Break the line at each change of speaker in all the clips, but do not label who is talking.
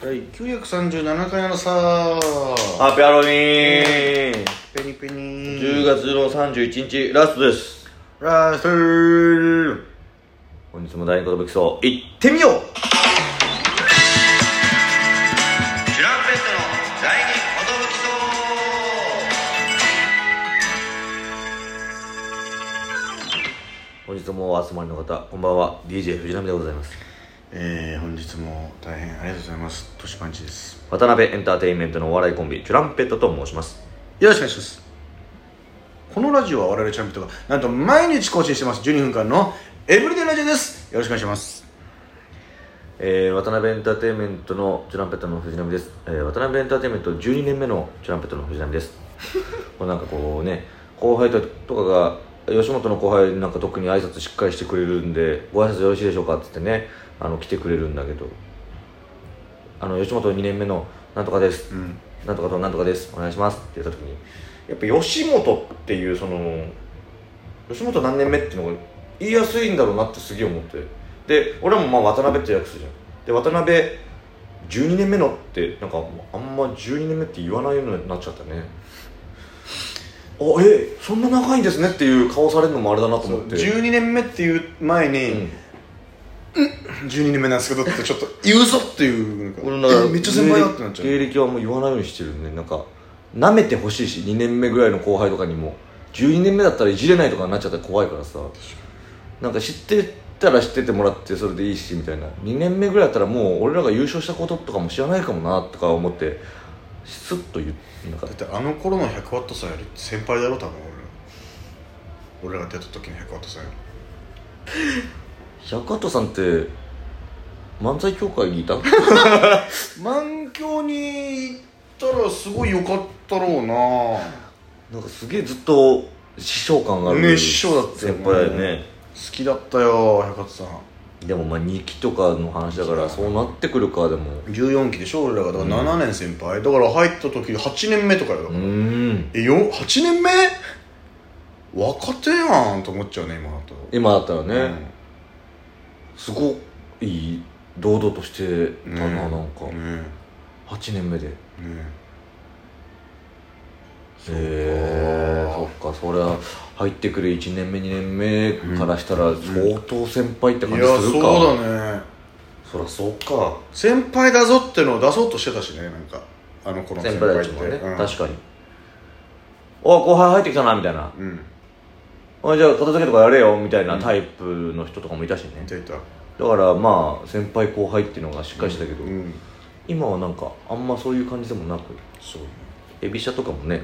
第937回のさ
ハッピーハロウィーン
ペニペニ
10月の31日ラストです
ラストー
本日も第二言武器層行ってみようチュランペットの第二本日もお集まりの方こんばんは DJ 藤波でございます
えー、本日も大変ありがとうございますトシパンチです
渡辺エンターテインメントのお笑いコンビチュランペットと申します
よろしくお願いしますこのラジオは我々チャンピオンがなんと毎日更新してます12分間のエブリデイラジオですよろしくお願いします
えー、渡辺エンターテインメントのチュランペットの藤波です、えー、渡辺エンターテインメント12年目のチュランペットの藤波ですこうなんかこうね後輩ととかが吉本の後輩なんか特に挨拶しっかりしてくれるんでご挨拶よろしいでしょうかっつってねあの来てくれるんだけどあの吉本2年目のなんとかです、
ん
なんとかとなんとかですお願いしますって言った時にやっぱ吉本っていうその吉本何年目っていうのが言いやすいんだろうなってすげえ思ってで俺もまあ渡辺って訳すじゃんで渡辺12年目のってなんかあんま12年目って言わないようになっちゃったねあえそんな長いんですねっていう顔されるのもあれだなと思って
12年目っていう前に、
うん
12年目なんですけどってちょっと言うぞっていう
俺
なん
の
か
中
え
で
めっちゃ先輩だってなっちゃう
芸歴はもう言わないようにしてるねなんか舐めてほしいし2年目ぐらいの後輩とかにも12年目だったらいじれないとかになっちゃったら怖いからさなんか知ってたら知っててもらってそれでいいしみたいな2年目ぐらいだったらもう俺らが優勝したこととかも知らないかもなとか思ってスッと言うなんか
だってあの頃の100ワットさんより先輩だろ多分俺ら俺らが出た時の100ワットさんよ
百トさんって漫才協会にいた
り満響に行ったらすごい良かったろうな
なんかすげえずっと師匠感がある
ね師匠だったよね
先輩だよね
好きだったよ100ワットさん
でもまあ2期とかの話だからそうなってくるかでも
14期でしょ俺らがだから7年先輩、だから入った時8年目とかよ、
うーん
えよ8年目若手やんと思っちゃうね今だと
今だったらね、
うん
すごい堂々としてたな、
ね
なんか
ね
8年目でへ
ね
えそっかそりゃ入ってくる1年目2年目からしたら相当先輩って
い
感じ
や
す
そ
る
う
か、
だね
そりゃそうか
先輩だぞってのを出そうとしてたしねなんかあの頃の
先
先輩
輩
ったて
ちもね、
うん、
確かにお後輩入ってきたなみたいな
にうん
おいじゃあ片付けとかやれよみたいなタイプの人とかもいたしね
い、たいた
だからまあ先輩後輩っていうのがしっかりしてたけど、
うん
今はなんかあんまそういう感じでもなく
そう
エビシャとかもね、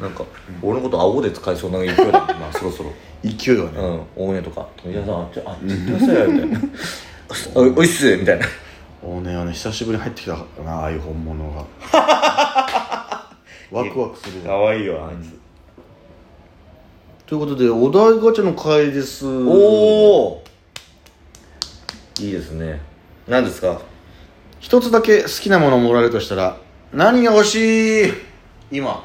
なんか俺のこと顎で使いそうな勢いだもん なそろそろ
勢いは
う
ね
ん大江とか「皆さんあっちあっち行ってくださいよ」み たいな「おいおいっす」みたいな
大根はね久しぶりに入ってきたからなああいう本物 がワクワクするわ
わいいよあいつ
ということでお題ガチャの回です
おおいいですね何ですか
一つだけ好きなものもらえるとしたら何が欲しい今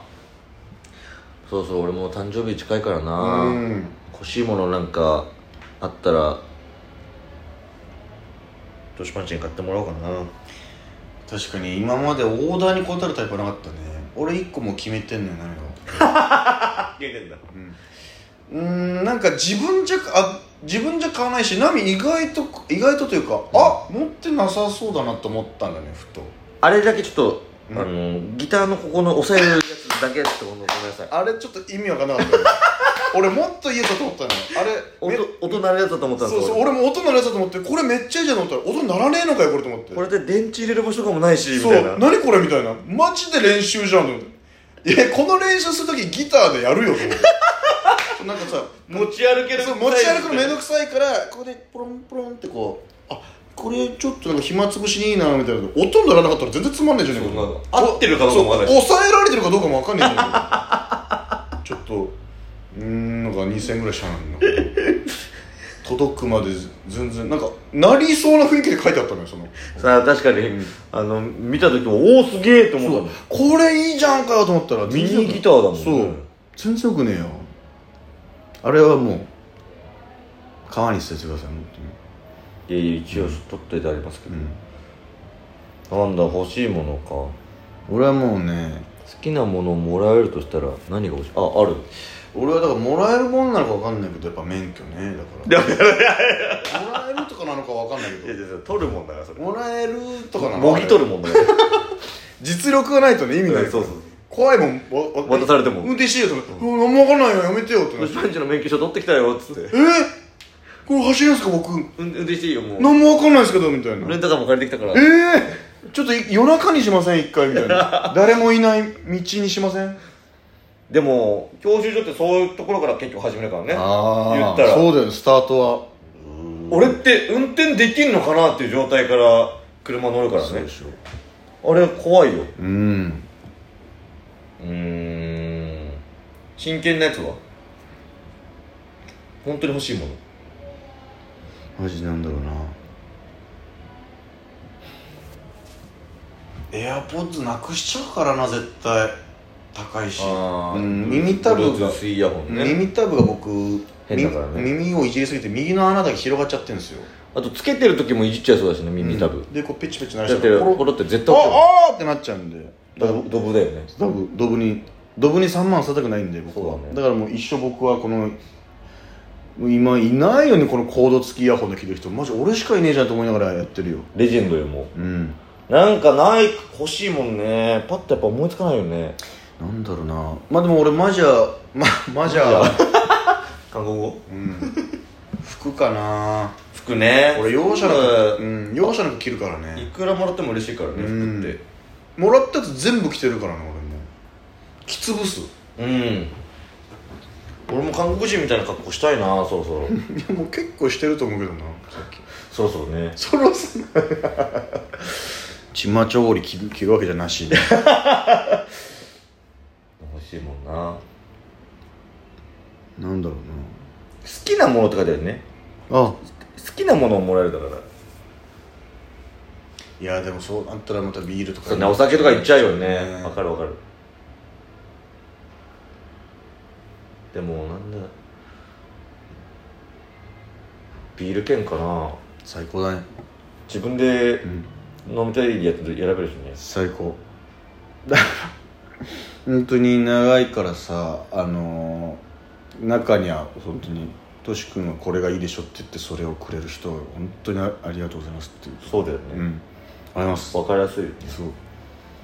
そうそう俺も誕生日近いからな
うん
欲しいものなんかあったらトシパンチに買ってもらおうかな
確かに今までオーダーに答えるタイプはなかったね俺一個もう決めてんのよ何が
あ決めてんだ
うーんなんか自分じゃあ自分じゃ買わないしナミ意外と意外とというか、あ持ってなさそうだなと思ったんだねふと
あれだけちょっと、
うん
あのギターのここの押さえるやつだけってことごめんなさい
あれちょっと意味わかんなか ったよ俺もっと言えたと思ったのよあれめ
音音鳴るやつだと思ったん
そう
です
そう俺も音鳴らせたと思ってこれめっちゃいいじゃんと思ったら音鳴らねえのかよこれと思って
これで電池入れる場所とかもないしみ
そ
たいな
う何これみたいなマジで練習じゃんと思っていやこの練習するときギターでやるよと思って なんかさ
持ち歩け
そう持ち歩くのめんどくさいからここでポロンポロンってこうあこれちょっとなんか暇つぶしにいいなみたいな音鳴らなかったら全然つまんないじゃねえか
そうなんか合ってるかどうかもわかんない
そう抑えられてるかどうかもわかんないじゃねえかちょっとうーんなんか2000円ぐらいしたのになんか 届くまで全然なんかなりそうな雰囲気で書いてあったのよその
さあ確かに、あの見た時もおおすげえと思った
これいいじゃんかよと思ったら
ミニギターだもんね
そう全然よくねえよあれはもう川に捨ててください本当に
いやいや一応取っといてありますけど、
うん
なんだ欲しいものか
俺はもうね
好きなものをもらえるとしたら何が欲しいあある
俺はだからもらえるもんなのか分かんないけどやっぱ免許ねだからもらえるとかなのか分かんないけ
やいや取るもんだからそ
どもらえるとかなの
もぎ取るもんだから
実力がないとね意味ない、
うんそうそう
怖いもんわわ
渡されても
運転してよとか、うん、何も分かんないよやめてよってなって
パンチの免許証取ってきたよっつって
えー、これ走れんすか僕
運運転していいよもう
何も分かんないですけどみたいな
レンタカーも借りてきたから
えー、ちょっとい夜中にしません一回みたい な誰もいない道にしません
でも教習所ってそういうところから結局始めるからね
あ
言ったら
そうだよねスタートは
俺って運転できんのかなっていう状態から車乗るからね
しょ
あれ怖いよ
うん
うーん真剣なやつは本当に欲しいもの
マジなんだろうなエアポッズなくしちゃうからな絶対高いしうん耳たぶが
Bluetooth イヤホンね
耳たぶが僕
変だからね
み耳をいじりすぎて右の穴だけ広がっちゃってるんですよ
あとつけてる時もいじっちゃいそうだしね耳たぶ、
でこうペチペチ鳴ら
だ
し
ってて
らポ
ポ
ロ
ロって絶対落
ああーってなっちゃうんで
ち
だ
る
から
ドブだよね
ドブドブにドブに3万捨てたくないんで僕は
そうだ
だ,、か
ね
らもう一生僕はこのもう今いないよねこのコード付きイヤホンで聞いてる人マジ俺しかいねえじゃんと思いながらやってるよ
レジェンドよも
うん
うなんかない欲しいもんねパッとやっぱ思いつかないよね
なんだろうなまあでも俺マジャママジャ
韓国語
うん服かな
服ね
俺容赦なく、
服
うん、容赦なく着るから
い
ね
くらもらっても嬉しいからね
うん
服って
もらったやつ全部着てるからね俺も着潰 すい
うん俺も韓国人みたいな格好したいなそろそ ろ
やもう結構してると思うけどな
そろそろ ね
そろそろチマチョゴリ着る着るわけじゃなしで
欲しいもんな好
なんだろ
きなものって書いてあるね
うなあ
好きなものをもらえるだから
いやでもそうあったらまたビールとか
そうねお酒とかいっちゃうよね
ね
わかるわかるでもなんだビール券かな
最高だね
自分で
ん
飲みたいやつ選べるしね
最高 だから本当に長いからさあのー中には本当に「とし君はこれがいいでしょ」って言ってそれをくれる人は本当にあありがとうございますっていう
そうだよね、
うんあります
わかりやすいよね
そう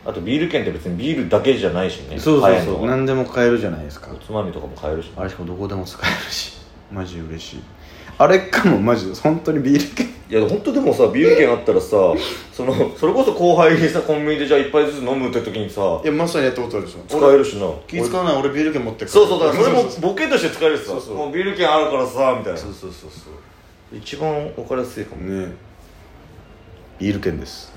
あとビール券って別にビールだけじゃないしね
そうそう
買えん
そ
の
う
が
何でも買えるじゃないですか
おつまみとかも買えるし
あれしかもどこでも使えるしマジ嬉しいあれかもマジで本当にビール券
いや本当でもさビール券あったらさそのそれこそ後輩にさコンビニでじゃあ一杯ずつ飲むって時にさ
いやまさにやったことあるでしょ
使えるしな
気使わない俺ビール券持ってる
そうそうだからそれもボケとして使えるしさ
そうそう
もうビール券あるからさみたいな
そうそうそうそう
一番分かりやすいかも
ねビール券です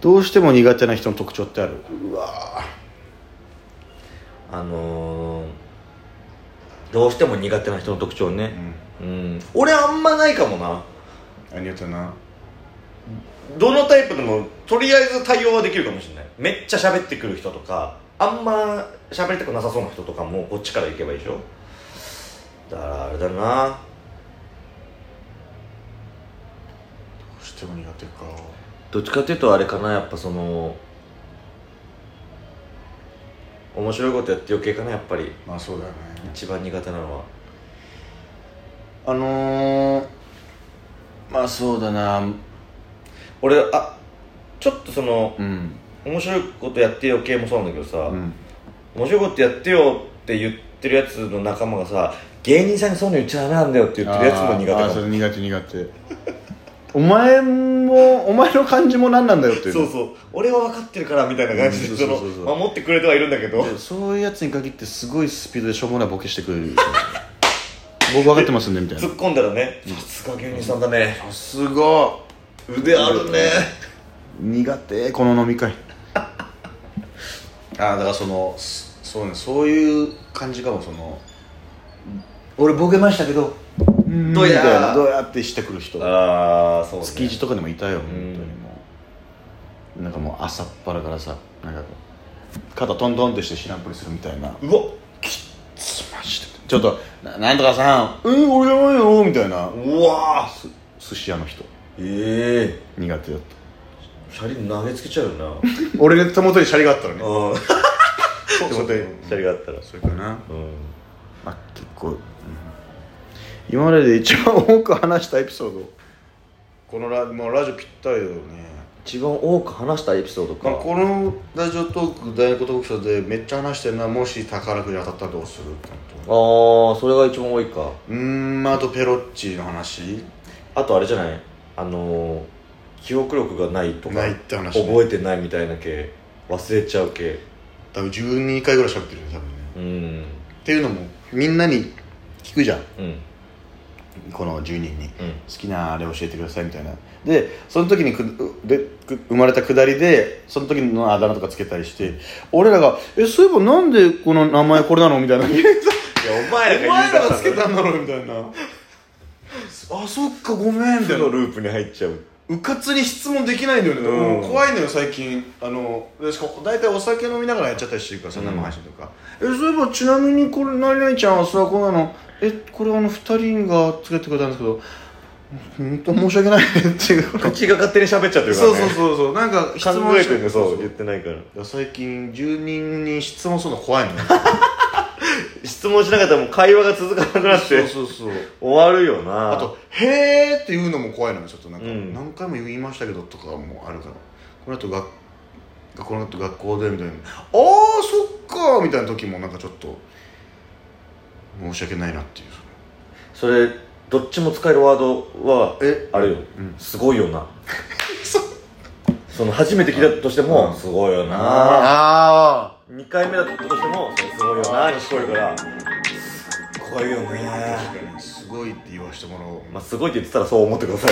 どうしても苦手な人の特徴ってあるうわ
あのー、どうしても苦手な人の特徴
う
ね
ん
うん、俺あんまないかもな
ありがとうな
どのタイプでもとりあえず対応はできるかもしれないめっちゃ喋ってくる人とかあんま喋りたくなさそうな人とかもこっちから行けばいいでしょだからあれだな
どうしても苦手か
どっちかっていうとあれかなやっぱその面白いことやって余計かなやっぱり
まあそうだよね
一番苦手なのは
あのー、まあそうだな
俺あちょっとその
うん
面白いことやってよ系もそうなんだけどさ、
うん
面白いことやってよって言ってるやつの仲間がさ芸人さんにそういうの言っちゃダメなんだよって言ってるやつも苦手
あーあー
か
そ
も
れ苦手苦手 お前もお前の感じも何なんだよっていう
そうそう俺は分かってるからみたいな感じ
う
で
ん
そ
そうそうそう
の
そう
守ってくれてはいるんだけど
でそういうやつに限ってすごいスピードでしょうもないボケしてくれる僕分かってますんでみたいな
突っ込んだらねさすが芸人さんだね
さすが
腕あるね
苦手この飲み会ああだからそのそそうねそういう感じかもその俺ボケましたけどど
どう
う
や
やーどうやってしてくる人
ああそうね
築地とかでもいたよ本当
ん
にもうなんかもう朝っぱらからさなんかこう肩トントンってして知らんぷりするみたいな
うわ
マジでちょっと「ななんとかさんうん俺じゃないよ」みたいな
うわー
寿司屋の人
ええ
苦手だっ
シャリ投げつけちゃう よな
た俺の手元にシャリがあったらね
うん
手元に
シャリがあったら
それかな
うん
まあ結構、うん今までで一番多く話したエピソードこのラ,、まあ、ラジオぴったりだよね、
一番多く話したエピソードか、
まあ、このラジオトーク大学特集でめっちゃ話してるなもし宝くじ当たったらどうするってこと
ああそれが一番多いか
うーんまああとペロッチの話
あとあれじゃないあのー記憶力がないとか
ないって話ね
覚えてないみたいな系忘れちゃう系
多分12回ぐらい喋ってるね多分ね
うん
っていうのもみんなに聞くじゃん
うん
この10人に
うん
好きなあれ教えてくださいみたいなでその時にくでく生まれたくだりでその時のあだ名とかつけたりして俺らが「えそういえばなんでこの名前これなの?」みたいな「お
いやお前らが言
前
い出
ら
した
が
ん
つ
だ
け
よ
たんだろ」みたいな「あそっかごめん」みたい
負の
な
ループに入っちゃう
うかつに質問できないんだよね、
う
も
ん
う怖いのよ最近あのでしかも大体お酒飲みながらやっちゃったりしてるからさ
うん
生配信とか、えそういえばちなみにこれ何々ちゃんはさこうなのえこれあの2人がつけてくれたんですけど本当申し訳ないねっていうこと
口が勝手に喋っちゃってるか
そ
ら
う
ね
そうそうそうなんか質問
考えてる
ね
のそう言ってないから
最近住人に質問するの怖い のよ
質問しなかったらもう会話が続かなくなっ
そう
て
そうそう
終わるよな
あと「へーっていうのも怖いのよちょっとなんか、
うん
何回も言いましたけどとかもあるからこれあと学この後学校でみたいな「ああそっか」みたいな時もなんかちょっと申し訳ないなっていう
それどっちも使えるワードは
え
あれよ、
うん
すごいよな
そ
その初めて聞いたとしても、
うん
すごいよな
あ
二2回目だったとしてもそのすごいよなに聞こえるからすごいよね
すごいって言わせてもらおう、
まあすごいって言ってたらそう思ってください